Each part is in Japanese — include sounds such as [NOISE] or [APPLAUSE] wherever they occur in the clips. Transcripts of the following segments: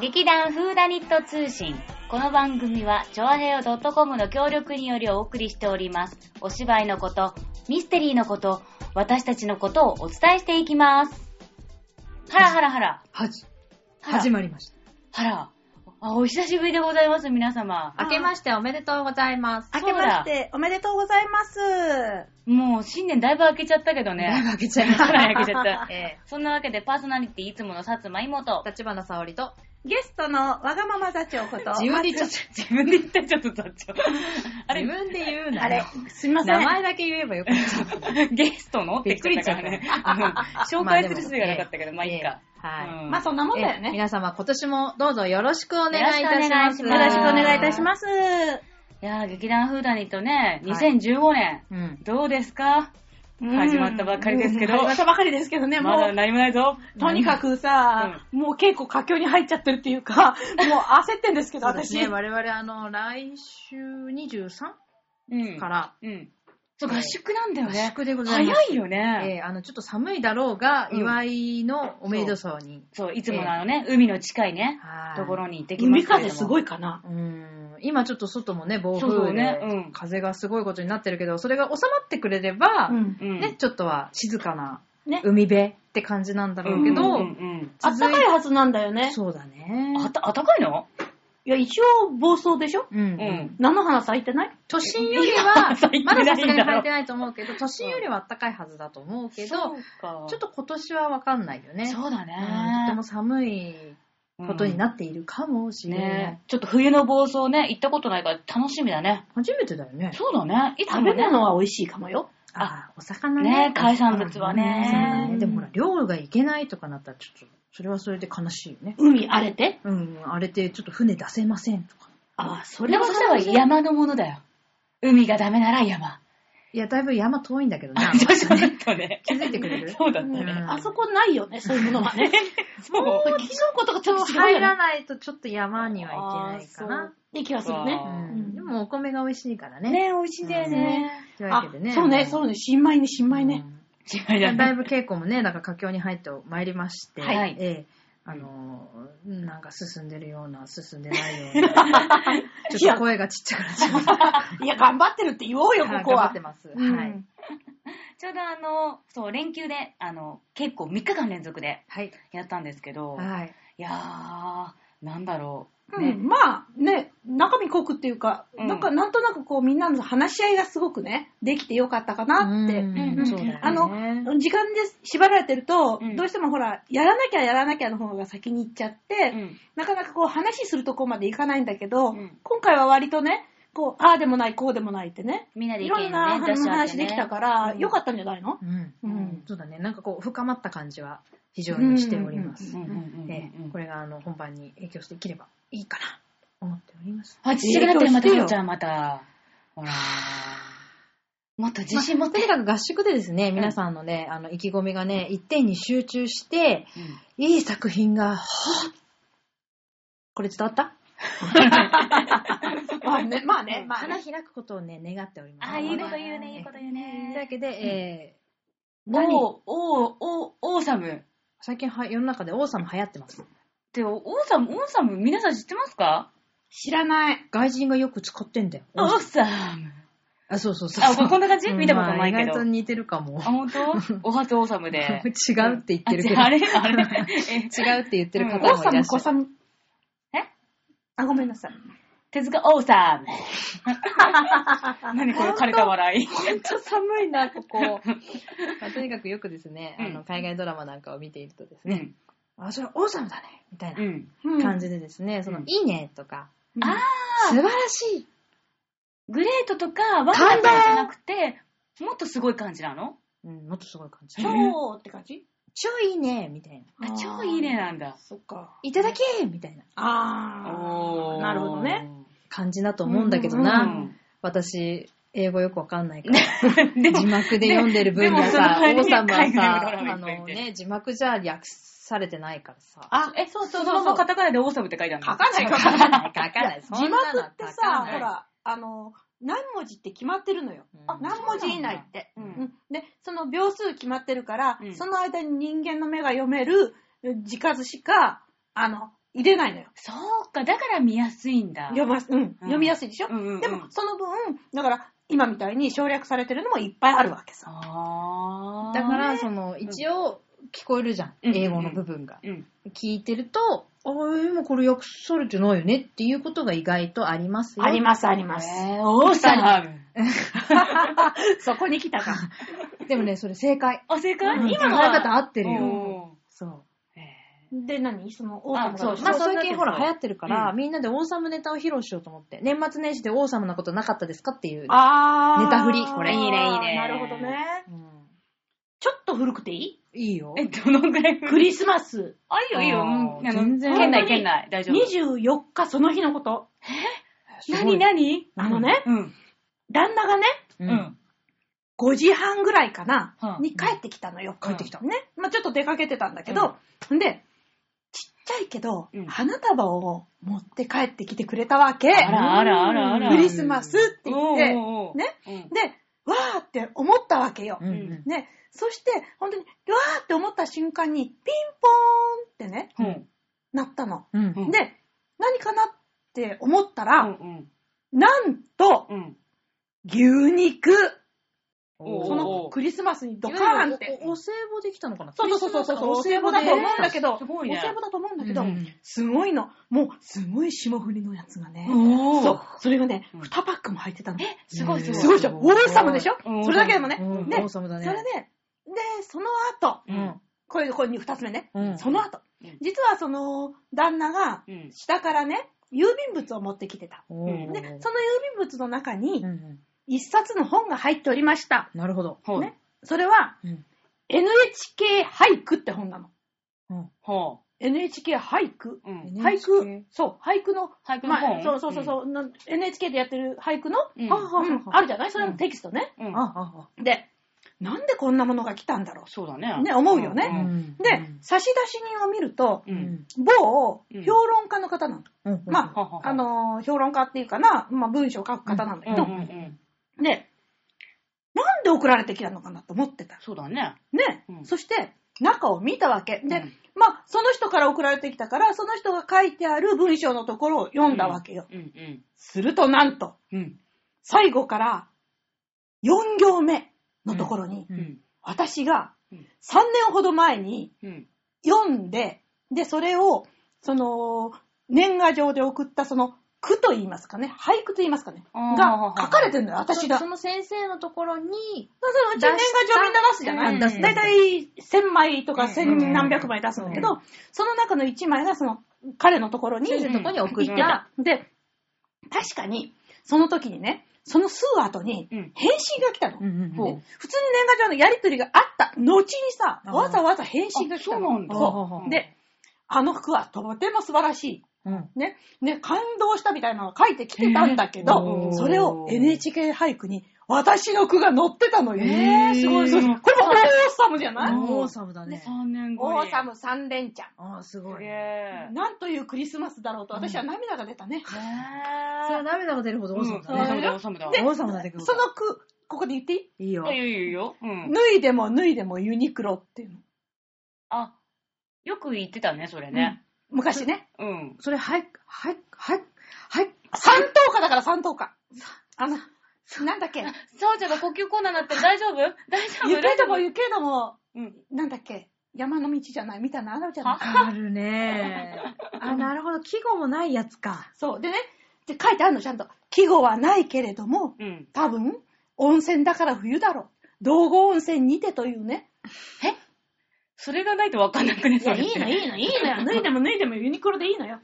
劇団フーダニット通信。この番組は、チョアヘオ .com の協力によりお送りしております。お芝居のこと、ミステリーのこと、私たちのことをお伝えしていきます。ハラハラハラ。はじ、ハラ始まりましハラ。あ、お久しぶりでございます、皆様。明けましておめでとうございます。ああそ明うけだましておめでとうございます。もう、新年だいぶ明けちゃったけどた。だいぶね。開けちゃいましかた。ら明けちゃ [LAUGHS] った。 [LAUGHS] えそんなわけで、パーソナリティいつもの薩摩妹ー、。立花沙織と、ゲストのわがまま座長こと。自分で言っちゃっ自分で言ったちょっと座長。あれ、自分で言うあなれよ。、すいません。名前だけ言えばよかった。ゲストのって言っちゃったから [LAUGHS] ね。うん紹介するすべがなかったけど、まあいいか。はい。うんまあそんなもんだよえーね。皆様今年もどうぞよろしくお願いいたします。よよろろししくくおお願願いいいいたたししまます。いやー、劇団フーダニットね、はい2015年、うん。どうですか始まったばっかりですけどうん始まったばかりですけどね、まもだう。何もないぞ。とにかくさ、もう結構佳境に入っちゃってるっていうか、もう焦ってんですけど、そうです私。ね、我々あの、来週 23? うん。から、うん。そう、合宿なんだよ合ね。宿でございます。早いよね。えー、あの、ちょっと寒いだろうが、うん祝いのおめでとうに。そう、いつものあのね、海の近いね、はい。ところに行ってきます海けれども。風すごいかな。うん今ちょっと外もね、暴そうそ風うで、ねうん風がすごいことになってるけど、それが収まってくれれば、うんうん。ね、ちょっとは静かなね。海辺って感じなんだろうけど、うんうんあったかいはずなんだよね。そうだねうん。あた、あったかいのいや、一応暴走でしょうん、ううん。ん。菜の花咲いてない都心よりいやは咲いてないん、だまろださすがに咲いてないと思うけど、都心よりは暖かいはずだと思うけど、そうか。ちょっと今年はわかんないよね。そうだうんとてねも。寒いことになっているかもしれない。ねちょっと冬の暴走ね、行ったことないから楽しみだね。初めてだよね。そうだね。いつ食もべね。物は美味しいかもよ。あ、お魚ねね。海産物はねそうだねでもほら、漁が行けないとかなったら、ちょっと、それはそれで悲しいよね。海荒れてうん、あれでちょっと船出せませんとか。ああ、そでれもはそしたらや山のものだよ。海がダメなら山。。いや、だいぶ山遠いんだけどな [LAUGHS] そう [LAUGHS] そうだったね。気づいてくれるそうだったね。うんあそこないよね、そういうものはね。そう。キノコとかちょっと違う入よらね。ないとちょっと山に [LAUGHS] はいけないかな。って気がするね。うあんでもお米が美味しいからね。ね、美味しいんだよね。というわあけでね。そうね、そうね、新米ね、新米ね。違いうん。だだいね。ぶ稽古もね、なんか佳境に入ってまいりまして、はいええあのー、なんか進んでるような、進んでないような。ちょっと声がちっちゃくなっちゃいました。いや、頑張ってるって言おうよ、はいこ頑こ張っはて。ます。うんはい。ちょうどあの、そう、連休で、あの、結構3日間連続ではい。やったんですけど、はい。いやー、なんだろう。うね。ん、まあね、中身濃くっていうか、うんなんかなんとなくこうみんなの話し合いがすごくね、できてよかったかなって。んうんそうだよね。あの時間で縛られてると、うんどうしてもほら、やらなきゃやらなきゃの方が先に行っちゃって、うんなかなかこう話するとこまでいかないんだけど、うん今回は割とね、こう、ああでもない、こうでもないってね、みんなでい意ろん見なをね、出し合って話ねできたから、うんよかったんじゃないのうん。ううんん。そうだね。なんかこう、深まった感じは非常にしております。うんうんうんうんええこれがあの本番に影響していければいいかなと思っており [LAUGHS] ます。あ、自信がなってる、また、影響してひよよちゃん、また。ほら。もっと自信持ってとに。かく合宿でですね、皆さんのね、あの、意気込みがね、一点に集中して、いい作品が、ほっこれ伝わ [LAUGHS] ったまあね、まあね、まあ花ね。開くことをね、願っております。あ、いいことね言うね、いいこと言うというわね。けで、えー、何おー、おー、おー、オーサム。最近は世の中で王様流行ってます。で、オーサム、オーサム、皆さん知ってますか知らない。外人がよく使ってんだよ。オーサム。あ、そうそうそうあ、そう。ここんな感じうん見たことないけまあ意ど外と。似てるかも [LAUGHS] あ、。本当？お初オーサム違で。うって言ってるけど。あれあれえ違うって言ってるう方もいら王っしゃる様、。子様。えあ、ごめんなさい。手塚オーサム。何この枯れた笑い。本当寒いな、ここ。 [LAUGHS] まあ、とにかくよくですね、うんあの、海外ドラマなんかを見ているとですうね、ん。。あ、それ王様だねみたいうなんうん感じでですね、そうの、んいいねとか、あー素晴らしいグレートとか、ワンダとかじゃなくて、もっとすごい感じなのうん、もっとすごい感じ。超って感 [LAUGHS] じ超いいねみたいな。あ超いいね。なんだ。そっか。いただけみたいなあー。なるほどね。。感じだと思うんだけどうな、ん。私、英語よくわかんないから。 [LAUGHS] でも字、幕で読んでる分にはさ、でも王その様代わりに海はさ、外ドあラマいっのぱい見てね、字幕じゃ略されてないからさ。あ、え、そうそうそう。そうそのカタカナでオーサムって書いてあるの書かな [LAUGHS] い書か書かない。書かない。そ字んなの幕書ってかさ、ないほ、ら、あの、何文字って決まってるのよ。あ何文字以内って。うんうんで、その秒数決まってるから、うんその間に人間の目が読める字数しか、あの、入れないのよ。そうか、だから見やすいんだ。読ま、うん読みやすいでしょ、うんうんうんでも、その分、だから、今みたいに省略されてるのもいっぱいあるわけさ。あーだから、、その、一応、聞こえるじゃん。うん英語の部分が。うん。聞いてると、ああ、今これ訳されてないよねっていうことが意外とありますよ。ありまます、あります。えー、オーサ [LAUGHS] ム。そこに来たか。す。でもね、それ正解。あ、正解、うん今の考え方合ってるおよー。そう。えで、何その、あオーそうまあそう最近ほらそう流行ってるから、うんみんなでオーサムネタを披露しようと思って、年末年始でオーサムなことなかったですかっていう。あーネタ振りこれいいねいいねなるほどね。うんちょっと古くていいいいよ。ーえ、どのぐらいクリスマス。あ、いいよいいよ。うん、あー全然県内本当に県内。 [LAUGHS] 大丈夫。 24日その日のこと。すご何い何あのね、うん。旦那がね、う。うんん。 5時半ぐらいかな、うんに帰ってきたのよ。帰ってきたね。まあちょっと出かけてたんだけど、ん、で、ちっちゃいけど、うん花束を持って帰ってきてくれたわけ。あらあらあらあら。クリスマスって言おって、ーおーおーね。うんで、わーって思ったわけよ。うんうんね、そして、本当に、わーって思った瞬間に、ピンポーンってね、うん。鳴ったの。うんうんで、何かなって思ったら、うんなんと、うん。うん。牛肉おーそのクリスマスにドドカカーーンンっってて。。お歳暮できたのかなそうそうそうそうそう、お歳暮だと思うんだけど、お歳暮だと思うんだけど、うんすごいの。もう、すごい霜降りのやつがね。おそう、それがね、うん2パックも入ってたの。すごいすえごい。すごいでしょすオごいーサムでしょうんそれだけでもね。うん、で王、様だね。それで、で、その後、ううんん。これ、これ2つ目ね。うんその後うん、実はその、旦那が、うん。下からね、郵便物を持ってきてた。おーで、その郵便物のう中んにう、ん一冊の本が入っておりました。なるほど。ほう。ねそれは、うん。 NHK 俳句って本なの。うんほ NHK 俳句。う。うん。俳 NHK 句、そう、俳句の、俳句のま本あ、そうそうそうそう、な NHK でやってる俳句の、うんはあはあはああるじゃないそれのテキストね、うん。うんあ、あ、で、なんでこんなものが来たんだろそうだね。ね思うよねあ。んう。で、差出人を見ると、う。うんん。某うん評論家の方なの。うん。まはははあのー評論家っていうかな、まあ、文章を書く方なんうだけんど、うんうん。で、なんで送られてきたのかなと思ってた。そうだね。ね、うんそして、中を見たわけ。で、うんまあ、その人から送られてきたから、その人が書いてある文章のところを読んだわけよ。うんうん。すると、なんと、うん。最後から4行目のところに、ううんん。私がうん3年ほど前にうん。読んで、で、それを、その、年賀状で送った、その、句と言いますかね、俳句と言いますかね、あーが書かれてるのよ、私が。そそのの先生のところに、うち年賀状みんな出すじゃなういん出すだいたい1000枚とうかん1000何百枚出すんだけど、その中の1枚がその、彼のところに先生のところに送っ行行っっててたた。た。で、確かに、その時にね、そのすぐ後に、うん返信が来たの。んうんほう。普通に年賀状のやりとりがあった後にさ、あーわざわざ返信が来たあの。そうなんだそうんうで、あの服はとても素晴らしうん。い。ね、ね、感動したみたいなのを書いてきてたんだけうど、んそれを NHK 俳句に私の句が載ってたのよ。えーすごいそうすごいこれもオーサムじゃあないうん王様だね。 3年後に。オーサム三連チャああ、すすごいげね。えン。。なんというクリスマスだろうと私は涙が出たね。それはね涙が出るほど王様王だ様ね。だ、王様だ。王様だね。その句、ここで言っていいいいよい。やいやいやいや。うん。脱いでも脱いでもユニクロっていうの。あ、よく言ってたね、それね。昔ね。うん。それ、はい、はい、はい、はい。三等価だから三等価。あの、なんだっけ。さおちゃんが呼吸困難になってる大丈夫大丈夫ゆけ大丈ど夫もゆけども、うん。なんだっけ、山の道じゃないみたいなのあるじゃないはあるね。あ、なるほど。季語もないやつか。そう。でね、で書いてあるの、ちゃんと。季語はないけれども、うん。多分、温泉だから冬だろう。道後温泉にてというね。それがないとわかんなくね、それって。いいの、いいのよ。脱いでも脱いでもユニクロでいいのよ。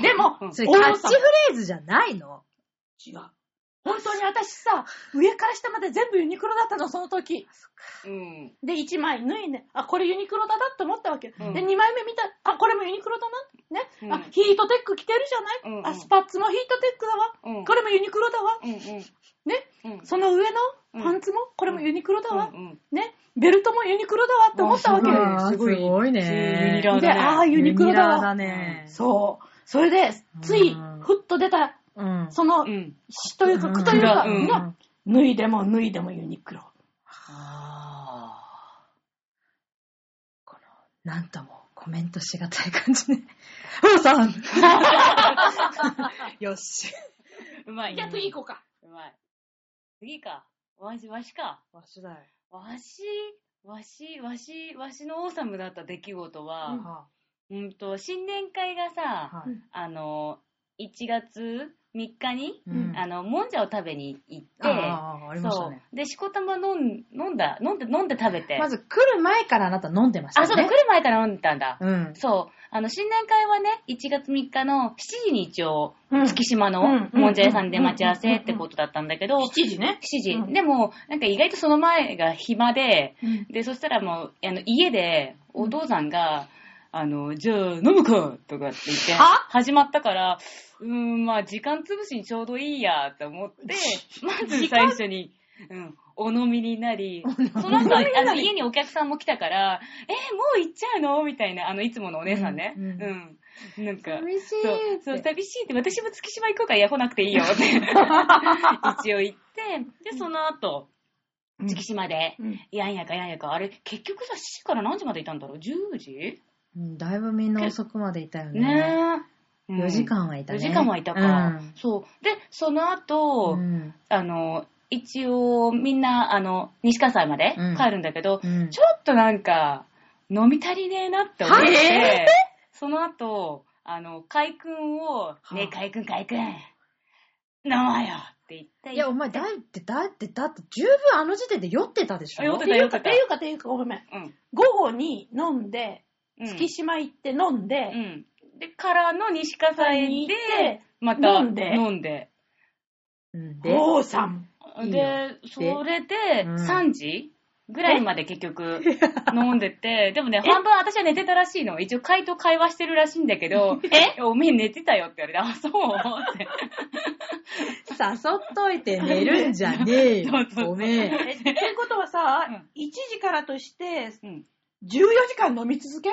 でも、うんそれ、王キャ様ッチフレーズじゃないの違う。本当に私さ、上から下まで全部ユニクロだったの、その時。うん。で、1枚脱いで、あ、これユニクロだなって思ったわけよ。うんで、2枚目見た、あ、これもユニクロだな。ね、うんあ、ヒートテック着てるじゃない、うんうんあ、スパッツもヒートテックだわ。うん。これもユニクロだわ。うんうん。ね、うん。その上のパンツも、これもユニクロだわう。んね、ベルトもユニクロだわって思ったわけうよ。んすすごごいい。すすごごいユニねク。ロで、だねああ、ユニクロだわ。だね。そう。それで、ついうん、ふっと出た、うん。そのう、ん。詩というか、句というか、うんの、脱いでも脱いでもユニクロ。ああ。なんとも、こコメントしがたい感じね。ふうさんよし。うまい。じゃあ次行こうか。うまい。次か。わし、わしか。わしだよ。わし、わし、わし、わしのオーサムだった出来事は、はうん、と、新年会がさ、い。はいあの、1月3日に、うんあの、もんじゃを食べに行って、ああ、ありましたね。そう。で、しこたま飲ん飲んだ、飲んで、飲んで食べて。まず来る前からあなた飲んでましたあ、よそね。うだ、来る前から飲んでたんだ。うん。そう。あの、新年会はね、1月3日の7時に一応、うん月島のうんもんじゃ屋さんで待ち合わせってことだったんだけど、7 7時ね。時。うんでも、なんか意外とその前が暇で、うんで、そしたらもう、あの、家で、お父さんが、あの、じゃあ、飲むかとかって言って、は始まったから、うーん、まあ、時間潰しにちょうどいいや、と思って、 [LAUGHS] まず最初に、うん、お飲みになり、その後、あの、家にお客さんも来たから、えー、もう行っちゃうのみたいな、あの、いつものお姉さんね。ううんん。なんか、寂しいそうってそう、寂しいって、私も月島行こうから、いや、来なくていいよ [LAUGHS] って、一応言って、で、その後、うん月島で、うんいやんやかやんやか、あれ、結局さ、7時から何時までいたんだろう ?10 時うんだいぶみんな遅くまでいたよね。ねえ。 4時間はいたね。 4時間はいたか。うんそう。で、その後、うんあの、一応、みんな、あの、西葛西までうん帰るんだけど、うんちょっとなんか、飲み足りねえなって思っはて、その後、あの、海君を、ねえ、海君、海君、飲もうよって言って、いや、お前、だって、だって、だって、十分あの時点で酔ってたでしょ酔っってていようかか、っったていうか、っていうか、ごめん。うん。午後に飲んで、うん月島行って飲んで、うん。で、からの西葛西で、また飲んで飲んで。うんで、おーさん。いいよで、それで、うん3時ぐらいまで結局、 [LAUGHS] 飲んでて、でもね、半分私は寝てたらしいの。一応、会と会話してるらしいんだけど、えおめえ寝てたよって言われて、あ、そうって。誘っといて寝るんじゃねえ [LAUGHS] よそうそう。そうごめん。え、ということはさ、うん1時からとして、うん14時間飲み続け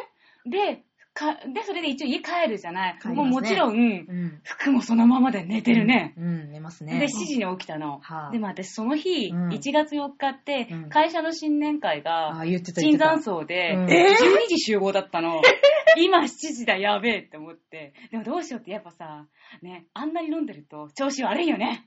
で、か、で、それで一応家帰るじゃない。帰りもますねうもちろん、うん。服もそのままで寝てるね。うん、寝ますで、ね7。時に起きたの。はあでも私、その日、うん1月4日ってうん、会社の新年会が、あ、言ってた言椿ってた山。荘で、うん12時集合だった [LAUGHS] の。今7時だ、やべえって思って。でもどうしようってやっぱさ、ね、あんなに飲んでると調子悪いよ [LAUGHS] ね。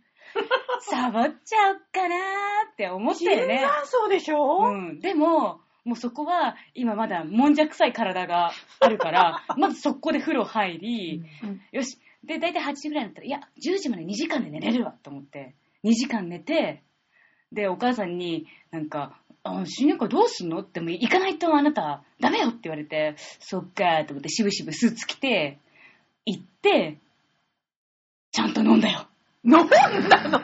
サボっちゃおっかなーって思ったよね。そうでしょ、うん。でも、もうそこは、今まだもんじゃ臭い体がある [LAUGHS] から、まず速攻で風呂入り、うんよし。で、だいたい8時ぐらいになったら、いや、10時まで2時間で寝れるわと思って、2時間寝て、で、お母さんに、なんか、あ新年会どうすんのって、もう行かないとあなた、ダメよって言われて、そっかーと思って、しぶしぶスーツ着て、行って、ちゃんと飲んだよ。飲んだの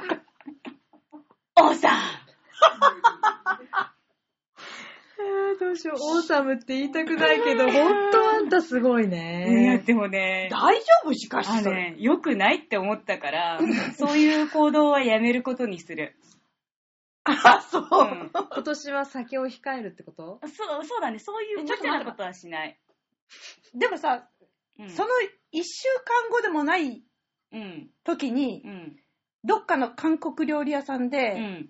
おさんえーどうしよう、オーサムって言いたくないけど、ほんとあんたすごいいや、ね。でもね、大丈夫しかしあそのれ。ね、良くないって思ったから、そういう行動はやめることにする。あ、そう。うん今年は酒を控えるってことそう、そうだね。そういうえちちょょっっととな待ってことはしない。でもさ、うん。その1週間後でもないうん。時にう、ん。どっかの韓国料理屋さんうで、ん。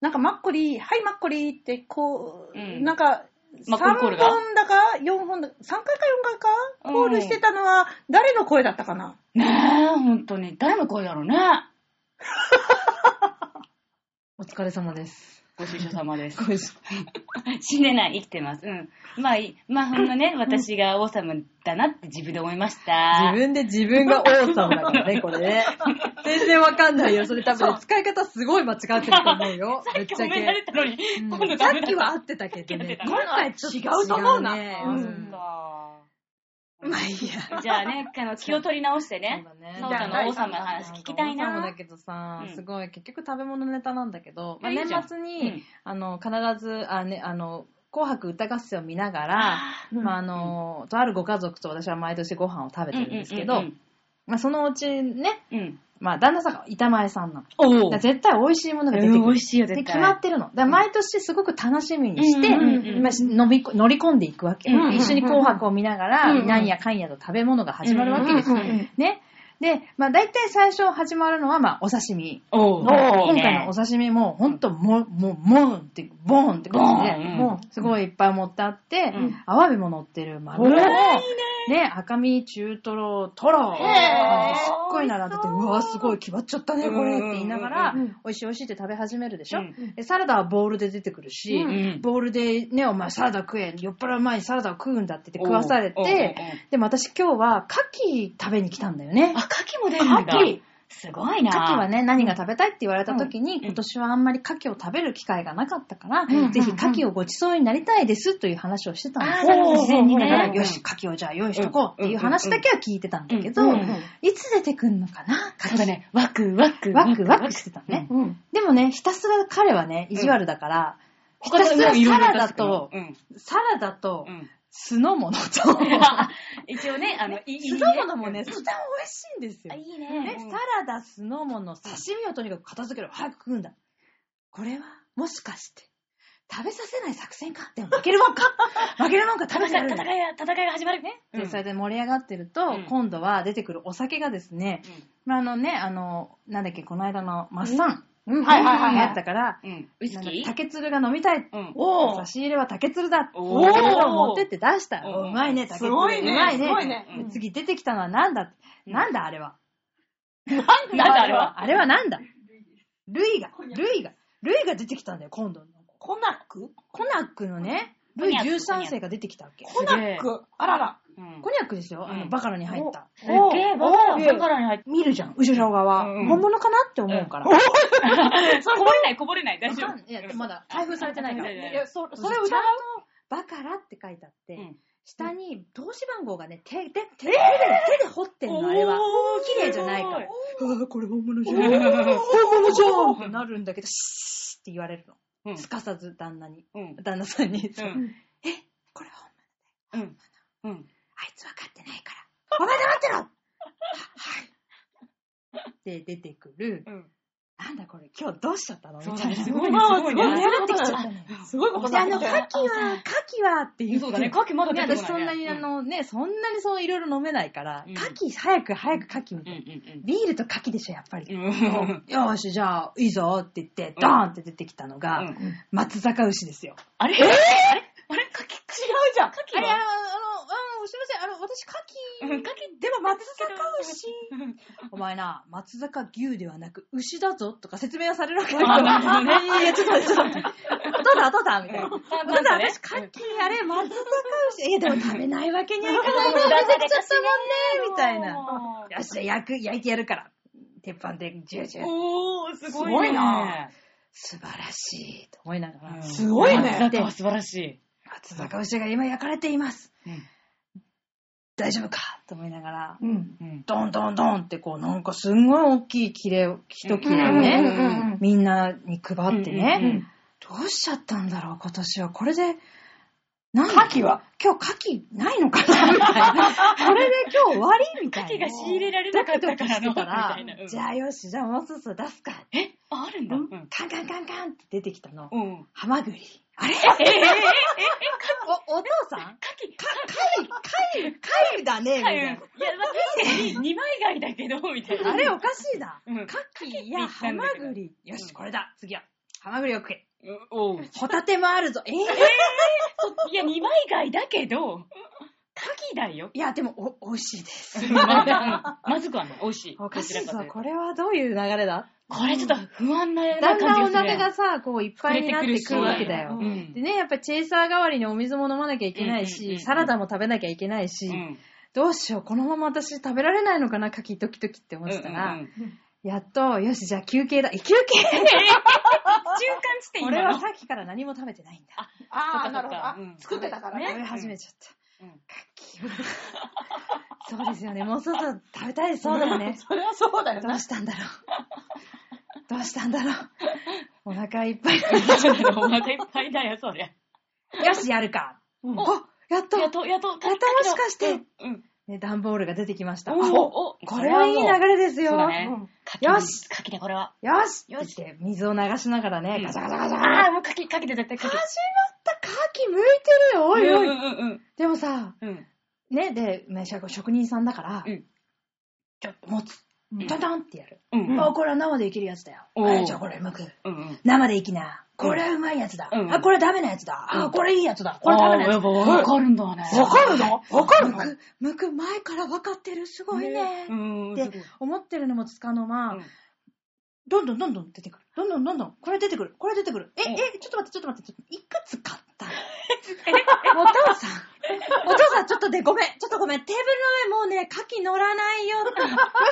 なんかマッコリー、はいマッコリーって、こうう、んなんか、マ3ッコリコー本ルがだか4本だか、3回か4回かうんコールしてたのは、誰の声だったかな、ねえ、本当に。誰の声だろうね。お疲れ様です。ご愁傷様です。ご一緒死ねない、生きてます。うん。まあ、いまあ、ほんのね、私が王様だなって自分で思いました。自分で自分がオーサムだか [LAUGHS] らね、これね。全然わかんないよ。それ多分ね、使い方すごい間違ってると思うよ。ぶっちさっゃき褒めらけれ。たのに、うん今度さダメっだきは合ってたけど合ってね。た今回ちょっと違うと思うなねううんんそっかまあいいや。じゃあね、あの、気を取り直してねそ。うだねそうだの王様の話聞きたい王様なだ。けどさう、んすごい、結局食べ物ネタなんだけど、まあ、いやいい年じゃん末うんに、あの、必ず、あ、ね、あの、紅白歌合戦を見ながら、あうんまあ、あの、とあるご家族と私は毎年ご飯を食べてるんですけうどん、まあ、そのうちね、うんうんうん。まあ、旦那さんが板前さんなの。おだから絶対美味しいものが出てくる。うん美味しいよ絶対で決まってるの。だから毎年すごく楽しみにして、うんうんうんまあし乗りこ乗り込んでいくわけよ。うんうんうん一緒に紅白を見ながら、うんうんなんやかんやと食べ物が始まるわけですよ。うんうんうんね。で、まあ大体最初始まるのは、まあお刺身。おおー今回のお刺身も、ほんと、も、も、もんって、ボーンって感じで、ボーンもうすごいいっぱい持ってあって、うんアワビも乗ってる、マグロも、ね、赤身、中トロ、トロ、へーすっごい並んでて、うわ、すごい、決まっちゃったね、これって言いながらうんうんうん、美味しい美味しいって食べ始めるでしょ、うんでサラダはボールで出てくるし、うんボールでね、お前サラダ食え、酔っ払う前にサラダを食うんだって言って食わされおうおうおうおうて、でも私今日は牡蠣食べに来たんだよねあ、。牡蠣も出るんだ。牡蠣すごいな。牡蠣はね、何が食べたいって言われた時に、ん今年はあんまり牡蠣を食べる機会がなかったから、うんぜひ牡蠣をご馳走になりたいですという話をしてたんですあよあ、なるほど、事前にだから、ね。よし、牡蠣をじゃあ用意しとこうっていう話だけは聞いてたんだけど、うんうんうんいつ出てくんのかなそうだね。ワクワク。ワクワクしてたね。うんうんでもね、ひたすら彼はね、意地悪だから、ひ他たすのらもいろサいろラ出ダしてくると、うんサラダとう、ん酢の物と、あ [LAUGHS] 一応ね、あの、いいいい [LAUGHS] 酢の物もね、とても美味しいんですよあ、い。いねね。サラダ、酢の物、刺身をとにかく片付けろ。早く食うんだ。これは、もしかして、食べさせない作戦かでも負けるもんか負けるもんか食べさ戦い、せない。戦いが、戦いが始まるね。で、それで、で盛り上がってると、うん今度は出てくるお酒がですね、まあ、あのね、あの、なんだっけ、この間のマッサン、うんはいはいはいはいあったから、うんうん。ウイスキー竹鶴が飲みたい。うん。お差し入れは竹鶴だ。おー竹鶴を持ってって出した。おーうまいね、竹す鶴。ごいね。うまいすごいね。うん次出てきたのはなんだ、うんなんだあれは。なんだあれは。あれはなんだルイが、ルイが、ルイが出てきたんだよ、今度。コナックコナックのね、コルイニャック13世が出てきたわけ。コナックあらら。うんコニャックですよ、あうの、んバカラに入った。すっげえ、バカラ、おーバカラに入って。見るじゃん、後ろ側。うん本物かなって思うから。 [LAUGHS] こぼれない、こぼれない、大わ丈か夫ん。いや、まだ開封されてないから。いやいやいやいやそそれを疑うちゃんとバカラって書いてあって、うん下に投資番号がね、手で、手手で、手で掘ってんの、あれは。綺麗じゃないから。ああ、これ本物じゃん。本物じゃんってなるんだけど、シーって言われるの。うんすかさず旦那に、うん。旦那さんに、うえ、ん。これ本物うん。うん。あいつ分かってないから。お前黙ってろははい。で、出てくる。うん。なんだこれ、今日どうしちゃったのみそうただね、いな。すごいね、まあすごいすごいねね。出てきちゃったのよ。すごいことで、あだねの、牡蠣は、牡蠣はって言って。そうだね、牡蠣まだね出てこ私そんなにあねのね、そんなにそういろいろ飲めないから、うん牡蠣早く早く牡蠣みうたんいな。うビールと牡蠣でしょ、やっぱり。んうん。よし、じゃあ、いいぞって言って、ドーンって出てきたのが、うん松坂牛ですよ。あれあれあれ牡蠣違うじゃん。牡蠣はの、あの、すいません、あの、私、牡うん牡蠣でも松阪牛お前な、松坂牛ではなく、牛だぞとか説明はされるわけだあなるほどねいやいや、ちょっと待って、ちょっと待って。どうだ、どうだみたいな。うんただ私、牡蠣、あれ、松坂牛。いや、でも食べないわけにはいかない [LAUGHS] のが出てきちゃったもんね、みたいな。なよし、じゃあ焼く、焼いてやるから。鉄板でジュージュー。おー、すごいね。すごいな素晴らしい。と思いながら。すごいね松坂は素晴らしい。松坂牛が今焼かれています。大丈夫かと思いながら、うん。うんドンドンドンってこう、なんかすんごい大きい切れを、一切れをうね、んうんうんみんなに配ってね、うんうんうんどうしちゃったんだろう、今年は。これで、なんだ牡蠣は今日牡蠣ないのかなみたい [LAUGHS] な。これで今日終わりみたいな。牡蠣が仕入れられなかったからの、ドキドキしてたらみたいなうんじゃあよし、じゃあもうそろそろ出すか。えああるんだ。うんカンカンカンカンって出てきたの。うん。ハマグリ。あれええええお、お父さんか、牡蠣貝、貝、貝だね、みかたゆいいや、なまあ。確かに、二枚貝だけど、みたいな。あれおかしいな。うんカキやハマグリ。よし、これだ。次は。ハマグリを食え。うんおうホタテもあるぞ。え [LAUGHS] ー、いや、二枚貝だけど、牡蠣だよ。いや、でも、お、美味しいです。まあうんまずくはない。美味しい。おかしどいちらぞと。うとこれはどういう流れだこれちょっと不安なだ感んじだがするんお鍋ね。がさ、こう、いっぱいになってくるわけだよう。でん。ね、やっぱチェイサー代わりにお水も飲まなきゃいけないし、うんうんうんサラダも食べなきゃいけないし、うんどうしよう、このまま私食べられないのかな、カキドキドキって思ってたら、うんうんうんやっと、よし、じゃあ休憩だ。え、休憩中間地点今俺のはさっきから何も食べてないんだ。あそっかそっかあ、なるほどあうん。作ってたから食ね。べ始めちゃった。うんそうですよね。もうそろそろ食べたいです。そうだよね。それはそうだよどな。うしたんだろう。どうしたんだろう。お腹いっぱい。お腹いっぱいだよ、そりゃ。よし、やるか。うんおやっと、やっと、やっと、やっまたもしかして、うん。ね、段ボールが出てきました。あおお、これはいい流れですよ。そうだうねんれよよししかきでこれは。よしよしって言って水を流しながらね、うんガチャガチャガチャガチャ。ああ、もうかき、かきで絶対かき。始まった牡蠣向いてるよ、おいおい。うんうんでもさ、うん。ね、で、ね、職人さんだから、うんちょっと持つ。トントンってやる。うんうんあ、これは生で生きるやつだよ。おうあ、じゃあこれ剥く。うんうん。生で生きな。これはうまいやつだ。うんあ、これはダメなやつだ。うあ、んこれいいやつだ。これはダメなやつだ。わかるんだね。わかるのわかるの剥く、剥く前から分かってる。すごいね。うん。で思ってるのもつかの間、うんどんどんどんどん出てくる。どんどんどんどん、これ出てくる。これ出てくる。え、うんえ、ちょっと待って、ちょっと待って。ちょっといくつ買ったのお父さん。お父さん、ちょっとね、ごめん。ちょっとごめん。テーブルの上もうね、牡蠣乗らな [LAUGHS] いよ。よ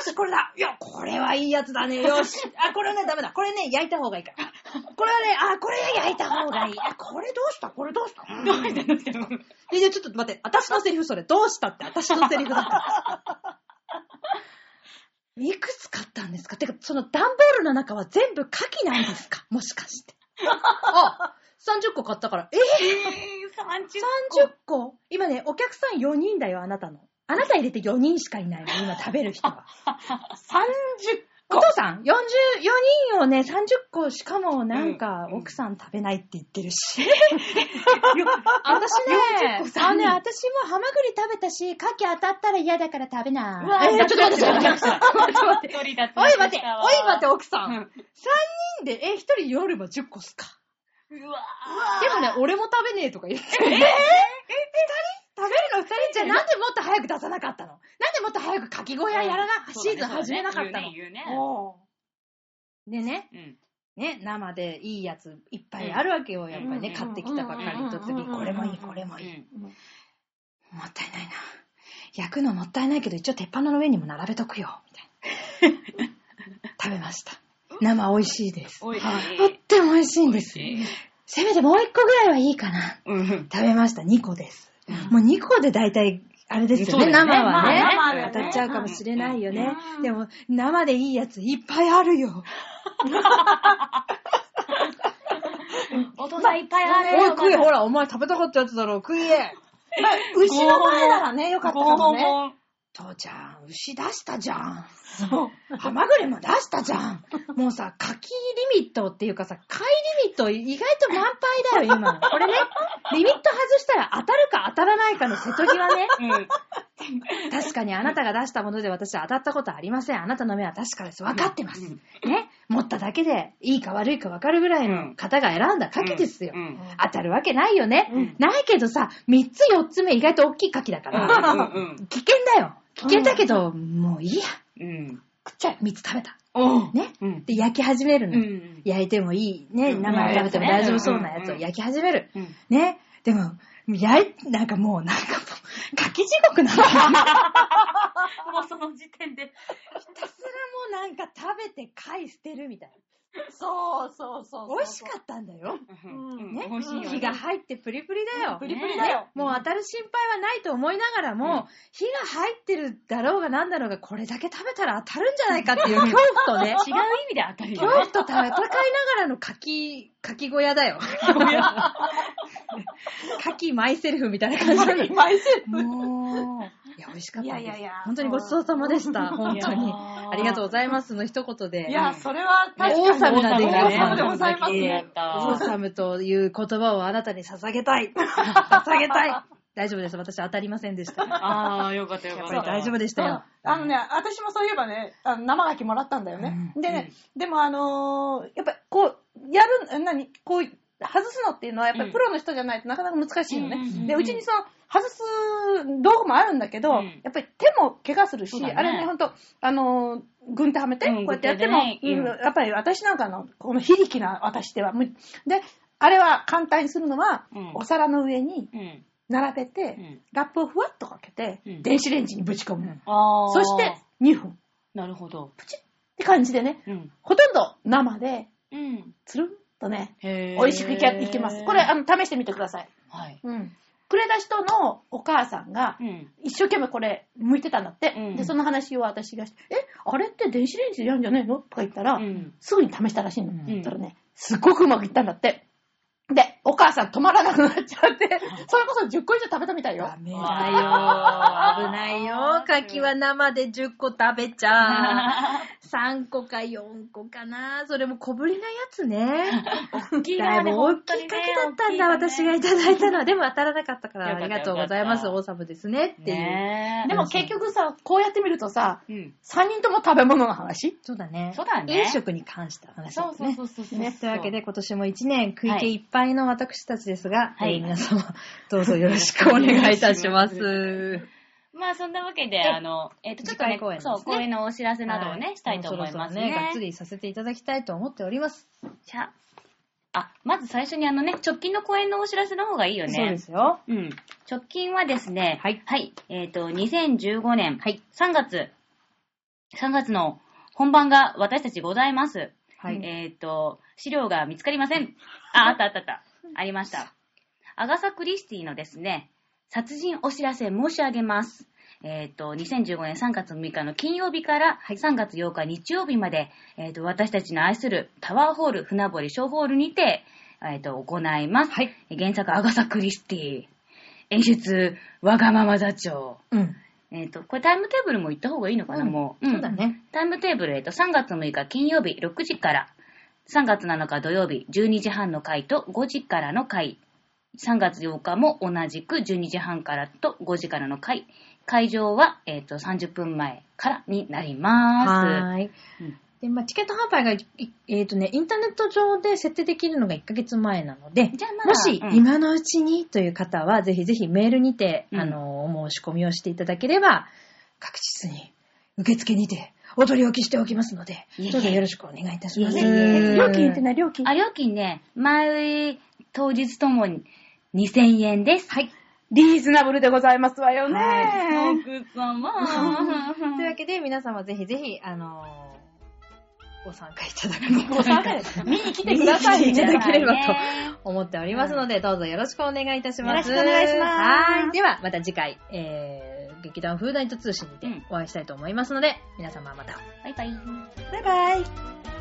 し、これだ。いや、これはいいやつだね。よし。あ、これはね、ダメだ。これね、焼いた方がいいから。これはね、あ、これ焼いた方がいい。あ、これどうしたこれどうしたどうしたどうしたどうしいやいや、ちょっと待って。私のセリフそれ。どうしたって私のセリフだった。 [LAUGHS] いくつ買ったんですかてか、その段ボールの中は全部牡蠣なんですかもしか [LAUGHS] して。あ、30個買ったから。えたえ30個今ね、お客さん4人だよ、あなたの。あなた入れて4人しかいないの、今食べる人は。 30お父さん、44人をね、30個しかもなんか、うん奥さん食べないって言ってるし。 [LAUGHS] よ私40ね個、さあのね、私もハマグリ食べたし、牡蠣当たったら嫌だから食べうわなーい。え、ちょっと待って、ちょっと待って、ちょっと待って。一人だおい待て、おい待て、奥さ。うんん3人で、え、1人夜は10個っすか。うわでもね、俺も食べねえとか言って。え ?2 人食べるの2人じゃあなんでもっと早く出さなかったのなんでもっと早く牡蠣小ー屋やらな、そうシだーねズン始めなかったの。言うね。言うねおでね、うんね、生でいいやついっぱいあるわけよ、やっぱりね、うん買ってきたばっかりと次、うんうんこれもいい、これもういい。んーもったいないな。焼くのもったいないけど、一応鉄板の上にも並べとくよ、みたいな。食べました。生美味しいです。おいはいとっても美味しいんです。せめてもう一個ぐらいはいいかな。うん。食べました。2個です。うもう2個で大体、あれですよね。そうだよね生はね、まあ生はね当たっちゃうかもしれないよね。うんでも、生でいいやついっぱいあるよ。お父さんいっぱいあるおい食え、よほら、お前食べたかったやつだろ、食え。牛の前ならね、よかったかもね。父ちゃん、牛出したじゃん。そう。ハマグリも出したじゃん。もうさ、柿リミットっていうかさ、貝リミット意外と満杯だよ、今。これね、リミット外したら当たるか当たらないかの瀬戸際ね。うん。確かにあなたが出したもので私は当たったことありません。あなたの目は確かです。分かってます。ね。持っただけで、いいか悪いか分かるぐらいの方が選んだ牡牡蠣ですよ。うん。当たるわけないよね。うんないけどさ、3つ4つ目意外と大きい牡蠣だから、う危険だよ。危険だけど、もういいや。ん。うん。食っちゃえ。3つ食べた。おう。ね。うん。で、焼き始めるうの。ん。焼いてもいい。ね。うん生で食べても大丈夫そうなやつうをん焼き始める。うん。ね。でも、焼い、なんかもう、なんかもう、書き地獄な [LAUGHS] んだよね。もうその時点で。ひたすらもうなんか食べて貝捨てるみたいな。そうそうそうそう。美味しかったんだよ。うん。ね美味しいよね。火が入ってプリプリだよ。プリプリだよ。もう当たる心配はないと思いながらも、うん火が入ってるだろうがなんだろうが、これだけ食べたら当たるんじゃないかっていう恐怖 [LAUGHS] と違ね、う意味で当たり恐怖と戦いながらの柿、柿小屋だよ。柿マイセルフみたいな感じな [LAUGHS] [LAUGHS] のマイセルもう、いや、美味しかったです。いやいやいや本当にごちそうさまでした。本当いにや。ーありがとうございますの一言で。いや、それは確オーかサに。ムな出来オーサムがでねございますやねっ。たオーサムという言葉をあなたに捧げたい。捧げたい。大丈夫です。私当たりませんでした。やっああ、よかったよかっぱた。り大丈夫でしたよ。うんあのね、私もそういえばね、あの生牡蠣もらったんだよね。うんでね、でもあのーやっぱりこう、やる、何、こう、外すのっていうのはやっぱうりんプロの人じゃないとなかなか難しいよね。うんうんうんで、うちにその、外す道具もあるんだけど、うんやっぱり手も怪我するし、そうだねあれね、ほんと、あのー、軍手はめて、うんこうやってやっても、軍手でねうんうやっぱり私なんかの、この非力な私では無理。で、あれは簡単にするのは、うんお皿の上にうん。並べて、うんラップをふわっとかけて、うん電子レンジにぶち込む。ああ。そして、2分っなるほど。て感じでね、うん。ほとんど生で、うん。つるんとね、へ美味しくいけいけます。これ、あの、試してみてください。はい。うん。くれた人のお母さんがう、ん。一生懸命これ、剥いてたんだって。うんで、その話を私がして、え、あれって電子レンジでやるんじゃねえのとか言ったら、うん。すぐに試したらしいの。うんそしたらね、すっごくうまくいったんだって。で、お母さん止まらなくなっちゃって、それこそ10個以上食べたみたいよ。メ [LAUGHS] だ危ないよ。柿は生で10個食べちゃう。3個 [LAUGHS] か4個かな。それも小ぶりなやつね。 [LAUGHS] 大きいだいぶ大本当きにいね柿だったんだ、大き私いよねがいただいたのは。でも当たらなかったから、よあかったりがとうございます。よか王様ですね。っていう。ねえ [LAUGHS] でも結局さ、こうやってみるとさ、うん。 3人とも食べ物の話そうだね。そうだね飲食に関した話ですそね。うそうそうそうそう。ね、というわけで今年も一年食い気いっぱいの私たちですが、はいえー皆様どうぞよろしくお願いいたしまおす。まあそんなわけで、えあの、えっ、と、ちょっと次回公ね、演ですねそう、公演のお知らせなどをね、はいしたいと思いますね。もうそろそろがっつりさせていただきたいと思っております。じゃあ、あ、まず最初にあのね、直近の公演のお知らせの方がいいよね。そうですよ。うん。直近はですね、はいえっ、と、2015年はい3月、3月の本番が私たちございます。はい。えっ、と、資料が見つかりません。あ、あったあったあ [LAUGHS] った。ありました。アガサ・クリスティのですね、殺人お知らせ申し上げます。えっ、と、2015年3月6日の金曜日から3月8日日曜日まで、えっ、と、私たちの愛するタワーホール、船堀小ホールにて、えっ、と、行います。はい。原作アガサ・クリスティ。演出、わがまま座長。うん。えっ、と、これタイムテーブルも言った方がいいのかな、うんもう。そうだね。タイムテーブル、えっと、3月6日金曜日6時から、3月7日土曜日12時半の回と5時からの回、3月8日も同じく12時半からと5時からの回、会場は、えっと、30分前からになります。はーい。うんで、まあ、チケット販売が、いえっ、とね、インターネット上で設定できるのが1ヶ月前なので、じゃあまだもしうん今のうちにという方は、ぜひぜひメールにて、うんあの、お申し込みをしていただければ、確実に受付にてお取り置きしておきますのでいえいえ、どうぞよろしくお願いいたします。いえいえ料金ってね、料金あ、。料金ね、前、当日ともに2000円です。はい。リーズナブルでございますわよね。奥様。 [LAUGHS] というわけで、皆様ぜひぜひ、あのご参加いただければご参加です見に来てくださいね見に来ていただければとは思っておりますので、どうぞよろしくお願いいたします。よろしくお願いしますはい。では、また次回、えー、劇団フーダニット通信にてうんお会いしたいと思いますので、皆様また。い。バイバイ。バイバイ。